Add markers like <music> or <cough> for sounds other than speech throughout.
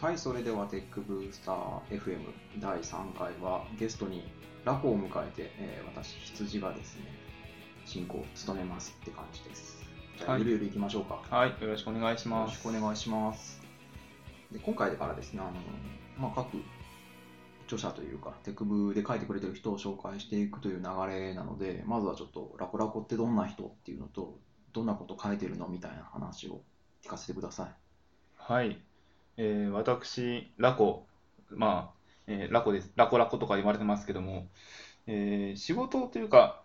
はい、それではテックブースター FM 第3回はゲストにラコを迎えて、えー私、羊がですね、進行を務めますって感じです。じゃあ、はいゆるゆるいきましょうか。はい、よろしくお願いしよまろしす。くお願いします。で今回からですね、あのまあ、各著者というか、テクブで書いてくれてる人を紹介していくという流れなので、まずはちょっと、ラコラコってどんな人っていうのと、どんなこと書いてるのみたいな話を聞かせてください。はい、えー私、ラコ、まあ、えーラコです。ラコラコとか言われてますけども、えー仕事というか、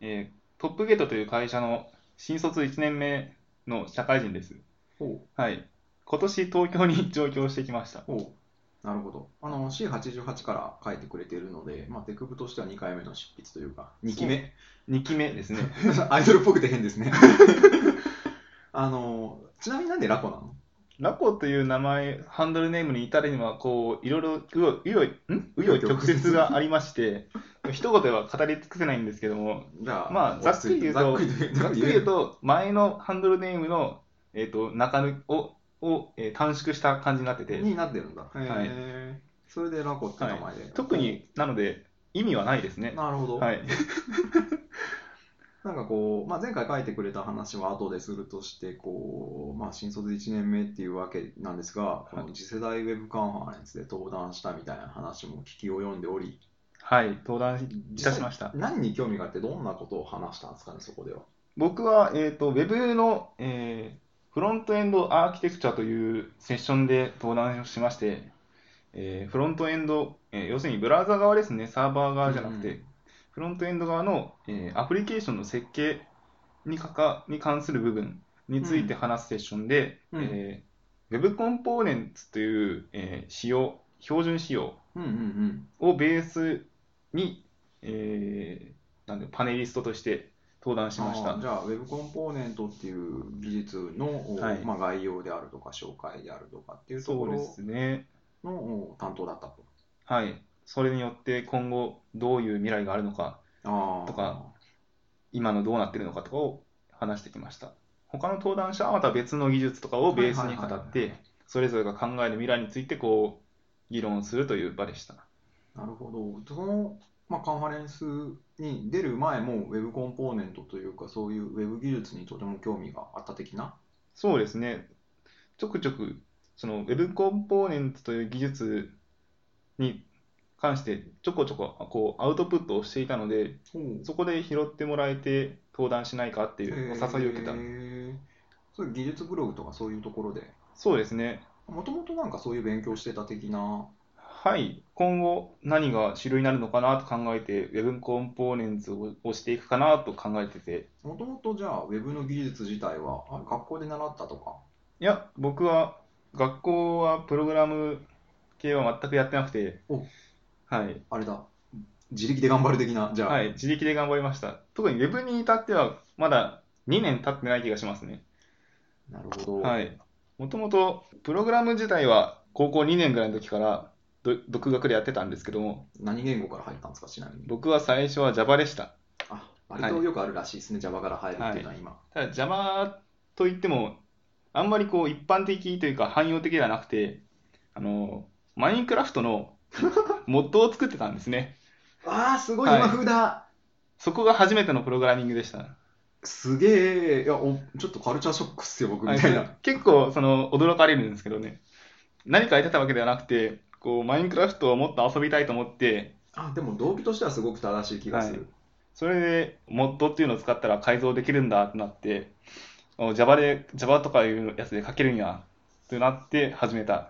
えートップゲートという会社の新卒1年目の社会人です。おうはい。今年東京に <laughs> 上京してきました。おうなるほど。あの、C88 から書いてくれてるので、まあ、テクブとしては2回目の執筆というか、2期目。 2期目ですね。 <laughs> アイドルっぽくて変ですね。 <laughs> あの、ちなみになんでラコなのラコという名前、ハンドルネームに至るには、こう、いろいろ、うよ、うよ、んうよ曲折がありまして、 <laughs> 一言では語り尽くせないんですけども、じゃあ、まあざっくり言うとざっくり言うとざっくり言うと、前のハンドルネームの、えっと中抜をを、えー短縮した感じになってて、になってるんだ。いへえ。それでラコって名前で。特になので、意味はないですね。なるほど。はい、なんかこう、まあ、前回書いてくれた話は後でするとして、こう、まあ、新卒1年目っていうわけなんですが、この次世代ウェブカンファレンスで登壇したみたいな話も聞き及んでおり、はい、登壇いたしました。何に興味があってどんなことを話したんですかね、そこでは。僕は、えっとウェブの、えーフロントエンドアーキテクチャというセッションで登壇をしまして、えーフロントエンド、えー要するにブラウザ側ですね、サーバー側じゃなくて、うんフロントエンド側の、えーアプリケーションの設計にかかに関する部分について話すセッションで、うんえー Web コンポーネンツという、えー仕様、標準仕様うんうんうん。をベースに、えーなんでパネリストとして登壇しましたあー。じゃあ、ウェブコンポーネントっていう技術の、はいまあ、概要であるとか、紹介であるとかっていうとそこうでろすね。の担当だったと。はい。それによって今後どういう未来があるのか、あーとか今のどうなってるのかとかを話してきました。他の登壇者はまた別の技術とかをベースに語はいはいはいはって、それぞれが考える未来についてこう、議論するという場でした。なるほど。その、まあ、カンファレンスに出る前も、ウェブコンポーネントというか、そういうウェブ技術にとても興味があった的な。そうですね。ちょくちょく、その Web コンポーネンツという技術に関してちょこちょここうアウトプットをしていたので、そこで拾ってもらえて登壇しないかっていうお誘いを受けたへ。ーそういう技術ブログとかそういうところで、そうですね。もともとなんかそういう勉強してた的な、はい、今後何が主流になるのかなと考えて、Web コンポーネンツを押していくかなと考えてて、もともとじゃあ、ウェブの技術自体は、あ学校で習ったとか。いや、僕は学校はプログラム系は全くやってなくてお、はい、あれだ、自力で頑張る的な、じゃあ、はい、自力で頑張りました。特に Web に至ってはまだ2年経ってない気がしますね。なるほど、はい、もともとプログラム自体は高校2年ぐらいの時からど独学でやってたんですけども、何言語から入ったんですか、ちなみに。僕は最初は Java でした。あ割とよくあるらしいですね、Java から入るっていうのは今。ただ Java といっても、あんまりこう一般的というか汎用的ではなくて、あの、マインクラフ <laughs> トのモッドを作ってたんですね。ああ、すごい、はい今風だ。そこが初めてのプログラミングでした。すげえ、いやお、ちょっとカルチャーショックっすよ、僕みたいな。結構その驚かれるんですけどね。何かやってたわけではなくて、こうマインクラフトをもっと遊びたいと思って、あ、でも動機としてはすごく正しい気がする。それでモッドっていうのを使ったら改造できるんだってなって、お Java で、Java とかいうやつで書けるんや、となって始めた。あ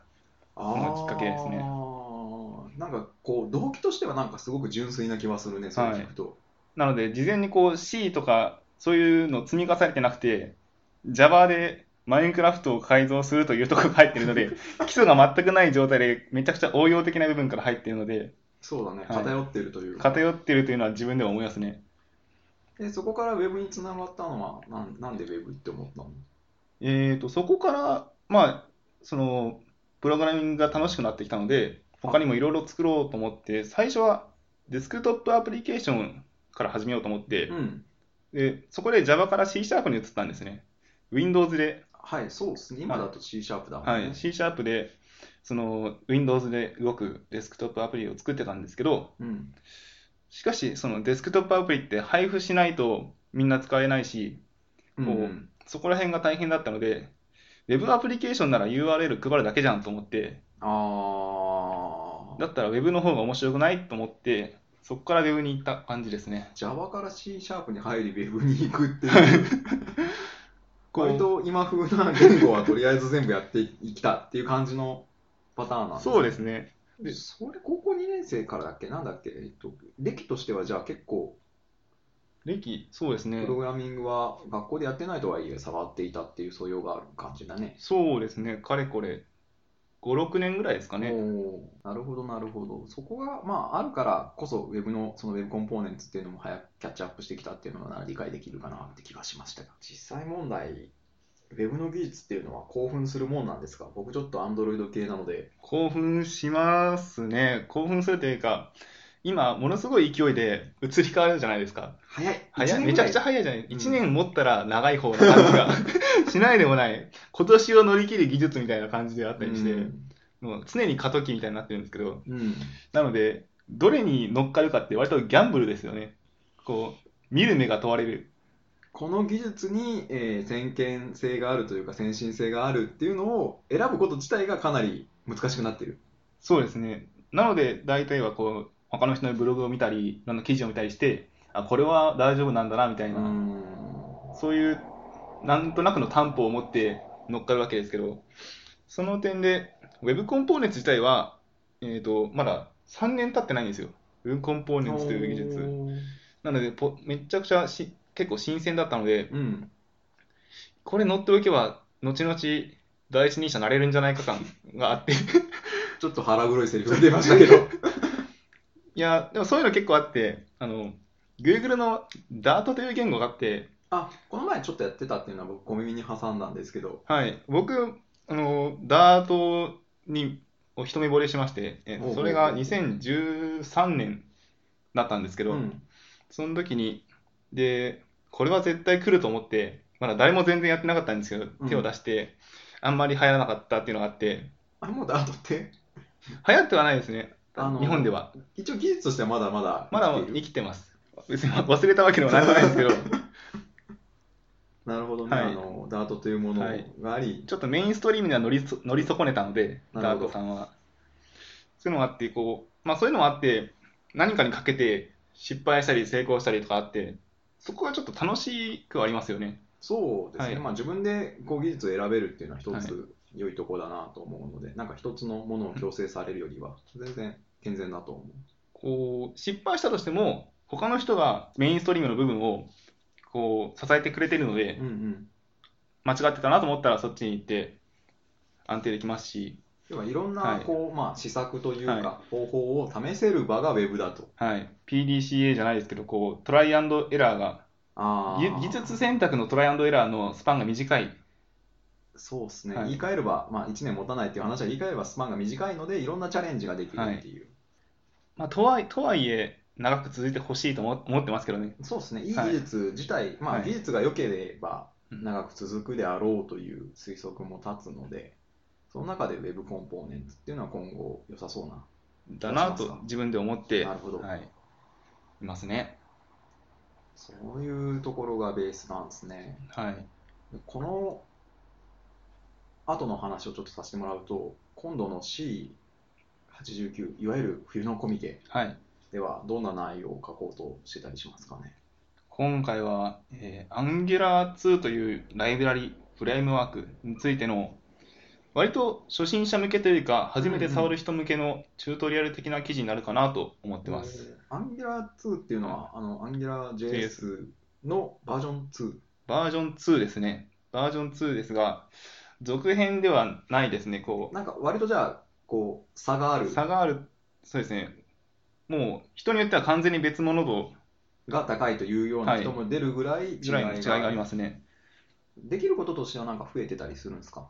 こあのきっかけですねーなんかこう、動機としてはなんかすごく純粋な気はするね、そう聞くと。なので、事前にこう C とかそういうの積み重ねてなくて、Java でマインクラフトを改造するというところが入って <laughs> るので、基礎が全くない状態でめちゃくちゃ応用的な部分から入ってるので、そうだね、はい偏ってるというか。偏ってるというのは自分でも思いますね。でそこからウェブにつながったのは、なんなんでウェブって思ったのえーと、そこから、まあ、その、プログラミングが楽しくなってきたので、他にもいろいろ作ろうと思って、最初はデスクトップアプリケーションから始めようと思ってう、ん。で、そこで Java から C シャープに移ったんですね。Windows で。はい、そうですね。今だと C シャープだもんはね。い、C シャープで、その Windows で動くデスクトップアプリを作ってたんですけど、うん。しかし、そのデスクトップアプリって配布しないとみんな使えないし、うんこうそこら辺が大変だったので、Web アプリケーションなら URL 配るだけじゃんと思って、あだあ。ったら Web の方が面白くないと思って、そこから Web に行った感じですね。 Java から C シャープに入り、ウェブに行くっていう、こう割と今風な言語はとりあえず全部やっていきたっていう感じのパターンなんですねそうですね。でそれ、高校2年生からだっけなんだっけえっと、歴としてはじゃあ結構、歴、そうですねプ。ログラミングは学校でやってないとはいえ、触っていたっていう素養がある感じだね。そうですね。かれこれ、5、6年ぐらいですかね。おーなるほど、なるほど。そこが、まあ、あるからこそ、ウェブの、そのウェブコンポーネンツっていうのも早くキャッチアップしてきたっていうのが理解できるかなって気がしましたが。実際問題、ウェブの技術っていうのは興奮するもんなんですか僕ちょっとアンドロイド系なので。興奮しますね。興奮するというか、今、ものすごい勢いで移り変わるじゃないですか。早い早い、めちゃくちゃ早いじゃない。うん1年持ったら長い方な感じが <laughs> しないでもない。今年を乗り切る技術みたいな感じであったりして、うん。もう常に過渡期みたいになってるんですけど、うんなので、どれに乗っかるかって割とギャンブルですよね。こう、見る目が問われる。この技術に、えー先見性があるというか先進性があるっていうのを選ぶこと自体がかなり難しくなってる。そうですね。なので、大体はこう、他の人のブログを見たり、いろんな記事を見たりして、あ、これは大丈夫なんだな、みたういーな、んそういう、なんとなくの担保を持って乗っかるわけですけど、その点で、Web コンポーネンツ自体は、えっと、まだ3年経ってないんですよ。Web コンポーネンツという技術。なので、ぽめちゃくちゃし結構新鮮だったので、うん。これ乗っておけば、後々、第一人者になれるんじゃないか感があって、ちょっと腹黒いセリフが出ましたけど。いや、でもそういうの結構あって、あの、Google の Dart という言語があって、あ、この前ちょっとやってたっていうのは僕小耳に挟んだんですけど。はい、僕、あの、Dart に、を一目惚れしまして、えおうおうおうそれが2013年だったんですけど、うんその時に、で、これは絶対来ると思って、まだ誰も全然やってなかったんですけど、うん手を出して、あんまり流行らなかったっていうのがあって、あれもダートって、流行ってはないですね、あの日本では。一応技術としてはまだまだまだ生きている生きてます。別に忘れたわけでもなんでもないんですけど、なるほどね、はいあの、ダートというものがあり、ちょっとメインストリームには乗りそ乗り損ねたので、なダるほーどトさんは。そういうのもあって、こう、まあそういうのもあって、何かにかけて失敗したり成功したりとかあって、そこがちょっと楽しくはありますよね。そうですね、はいまあ、自分でこう技術を選べるっていうのは一はいつ良いとこだなと思うので、なんか一つのものを強制されるよりは、全然健全だと思う。こう、失敗したとしても、他の人がメインストリームの部分を、こう、支えてくれてるのでうん、うん。間違ってたなと思ったらそっちに行って、安定できますし、要はいろんはないこう、まあ、施策というはか、方法を試せる場が Web だと。はい。PDCA じゃないですけど、こう、トライアンドエラーが、あ技ー技術選択のトライアンドエラーのスパンが短い。そうですね、はい言い換えれば、まあ、1年持たないっていう話は言い換えればスパンが短いので、いろんなチャレンジができるっていう、まあ、とはいとはいえ、長く続いてほしいと思思ってますけどね。そうですね、いいは技い術自体、まあ、はい技術が良ければうん長く続くであろうという推測も立つので、その中で Web コンポーネンツっていうのは今後、良さそうな、だなそうそうとそう自分で思って、なるほどはい、いますね。そういうところがベースなんですね。はい。この後の話をちょっとさせてもらうと、今度の C89、いわゆる冬のコミケはい。では、どんな内容を書こうとしてたりしますかね。今回は、えー、Angular2 というライブラリ、フレームワークについての、割と初心者向けというか、初めて触る人向けのチュートリアル的な記事になるかなと思ってます。アンギュラー2っていうのは、あの、アンギュラー JS のバージョン2。バージョン2ですね。バージョン2ですが、続編ではないですね。こう、なんか割とじゃあ、こう、差がある差がある、そうですね、もう人によっては完全に別物とが高いというような人も出るぐらい違い。ぐらいの違いがありますすね。できることとしてはなんか増えてたりするんですか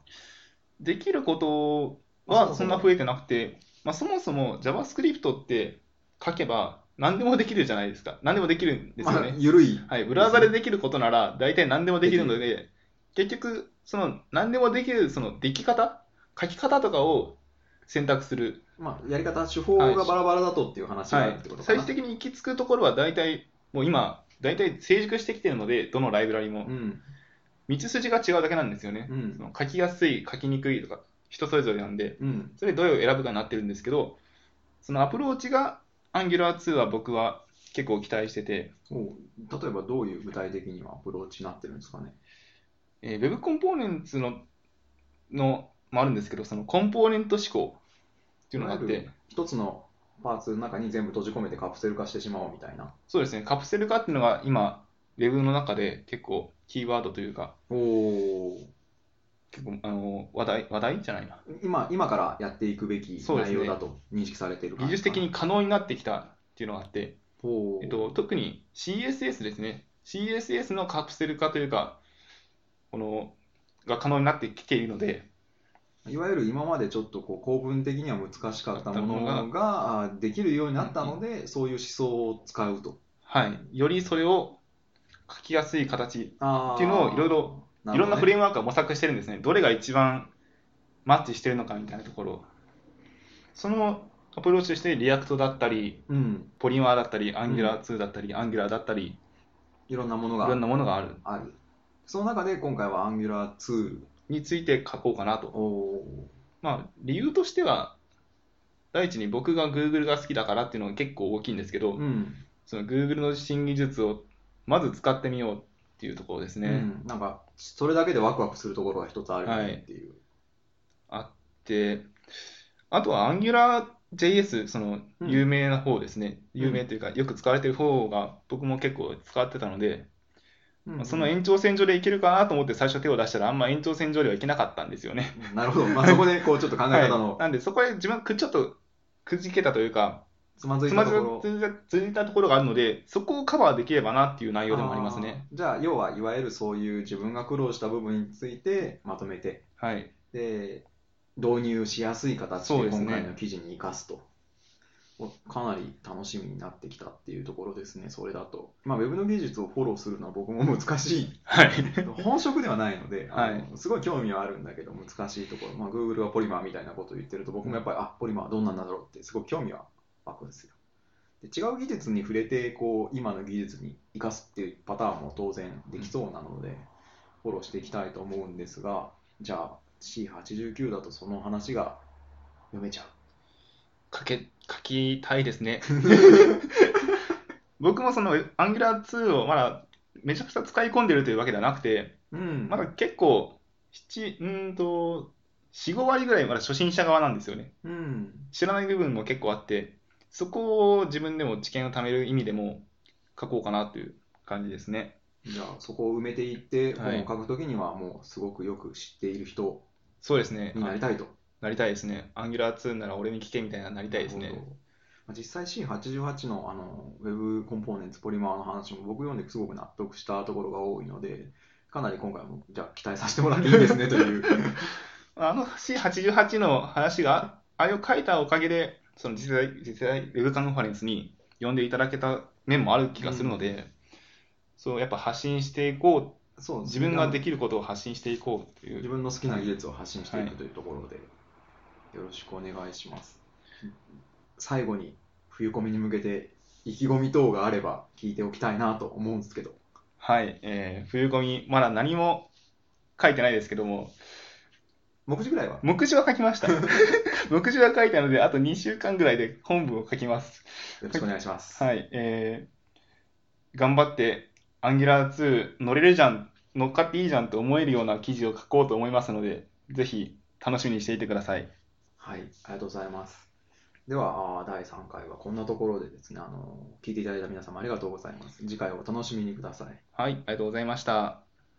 できることあそうはそそうんな増えてなくて、まあ、そもそも JavaScript って書けば何でもできるじゃないですか。何でもできるんですよまあね。緩い。はい、ブラウザでできることなら大体何でもできるので、結局、その何でもできるそのでき方、書き方とかを選択する、まあ、やり方、手法がバラバラだとっていう話があはるいってことか最な。終的に行き着くところは大体、もう今、大体成熟してきてるので、どのライブラリもう、ん。道筋が違うだけなんですよね。うんその書きやすい、書きにくいとか、人それぞれなんで、うん。それでどれを選ぶかになってるんですけど、そのアプローチが Angular2 は僕は結構期待してて、お例えばどういう具体的にはアプローチになってるんですかね。えー Web コンポーネンツののもあるんですけど、そのコンポーネント思考っていうのがあっいわゆてる、一つのパーツの中に全部閉じ込めてカプセル化してしまおうみたいな。そうですね、カプセル化っていうのが今、Web の中で結構キーワードというか、おお。結構あの話題話題じゃないな、今今からやっていくべきそうです内ね容だと認識されている感技じ術的かなに可能になってきたっていうのがあって、ほうえっと、特に CSS ですね、CSS のカプセル化というか、このが可能になってきているので、いわゆる今までちょっとこう構文的には難しかったもあったのもがあできるようになったので、そういう思想を使うと。はい、よりそれを書きやすい形、あーっていうのをいろいろ、いろんなフレレームワークを模索してるんですね、どれが一番マッチしてるのかみたいなところ、そのアプローチとして、リアクトだったり、うん、ポリマーだったり、アンギュラー2だったり、アンギュラーだったり、いいろんなものろんがなものがある。ある。その中で今回は Angular2 について書こうかなと。をまあ、理由としては、第一に僕が Google が好きだからっていうのが結構大きいんですけど、うんその Google の新技術をまず使ってみようっていうところですうね。ん、なんかそれだけでワクワクするところが一つあるよねっていう。あって、あとは AngularJS、そのうん有名な方ですね。うん有名というか、よく使われてる方が僕も結構使ってたので、うんまあその延長線上でいけるかなと思って最初手を出したら、あんま延長線上ではいけなかったんですよね。うんなるほど、まあ、そこでこうちょっと考え方はのい、なんでそこで自分くちょっとくじけたというかつまずいつたまとずころ。いたついたところがあるのでそこをカバーできればなっていう内容でもありますねあーじゃあ要はいわゆるそういう自分が苦労した部分についてまとめてはいで導入しやすい形そうでですね今回の記事に生かすとおかなり楽しみになってきたっていうところですねそれだと、まあ、ウェブの技術をフォローするのは僕も難しいはい <laughs> 本職ではないので、あのはいすごい興味はあるんだけど難しいところ、まあ、Google がポリマーみたいなことを言ってると僕もやっぱり、あポリマーはどんなんだろうってすごい興味は湧くんですよで違う技術に触れてこう今の技術に生かすっていうパターンも当然できそうなので、フォローしていきたいと思うんですがじゃあ C89 だとその話が読めちゃう書け書きたいですね <laughs> 僕もその Angular2 をまだめちゃくちゃ使い込んでるというわけではなくてうんまだ結構7うーんと45割ぐらいまだ初心者側なんですよねうん知らない部分も結構あってそこを自分でも知見を貯める意味でも書こうかなという感じですねじゃあそこを埋めていってはい本を書くときにはもうすごくよく知っている人そうですねになりたいとなりたいですね。アンギュラー2なら俺に聞けみたいななりたいですなるねほ。ど。まあ実際 C88 のあの Web コンポーネンツポリマーの話も僕読んですごく納得したところが多いので、かなり今回もじゃあ期待させてもらっていいですねという。あの C88 の話が、あれを書いたおかげで、その実際、実際、ウェブカンファレンスに呼んでいただけた面もある気がするので、そう、やっぱ発信していこ <laughs> そうう、自分ができきることを発信していこうってい自う。分の好きな技術を発信していくというところで、よろしくお願いします。最後に冬コミに向けて意気込み等があれば聞いておきたいなと思うんですけど。はい、えー、冬ゴミ、まだ何も書いてないですけども、目次ぐらいは目次は書きました。 <laughs> 目次は書いたので、あと2週間ぐらいで本文を書きます。よろしくお願いします。はい、えー頑張って、Angular2 乗れるじゃん、乗っかっていいじゃんと思えるような記事を書こうと思いますので、ぜひ楽しみにしていてください。はい、ありがとうございます。では、あー第3回はこんなところでですね、あの聞いていただいた皆様ありがとうございます。次回をお楽しみにください。はい、ありがとうございました。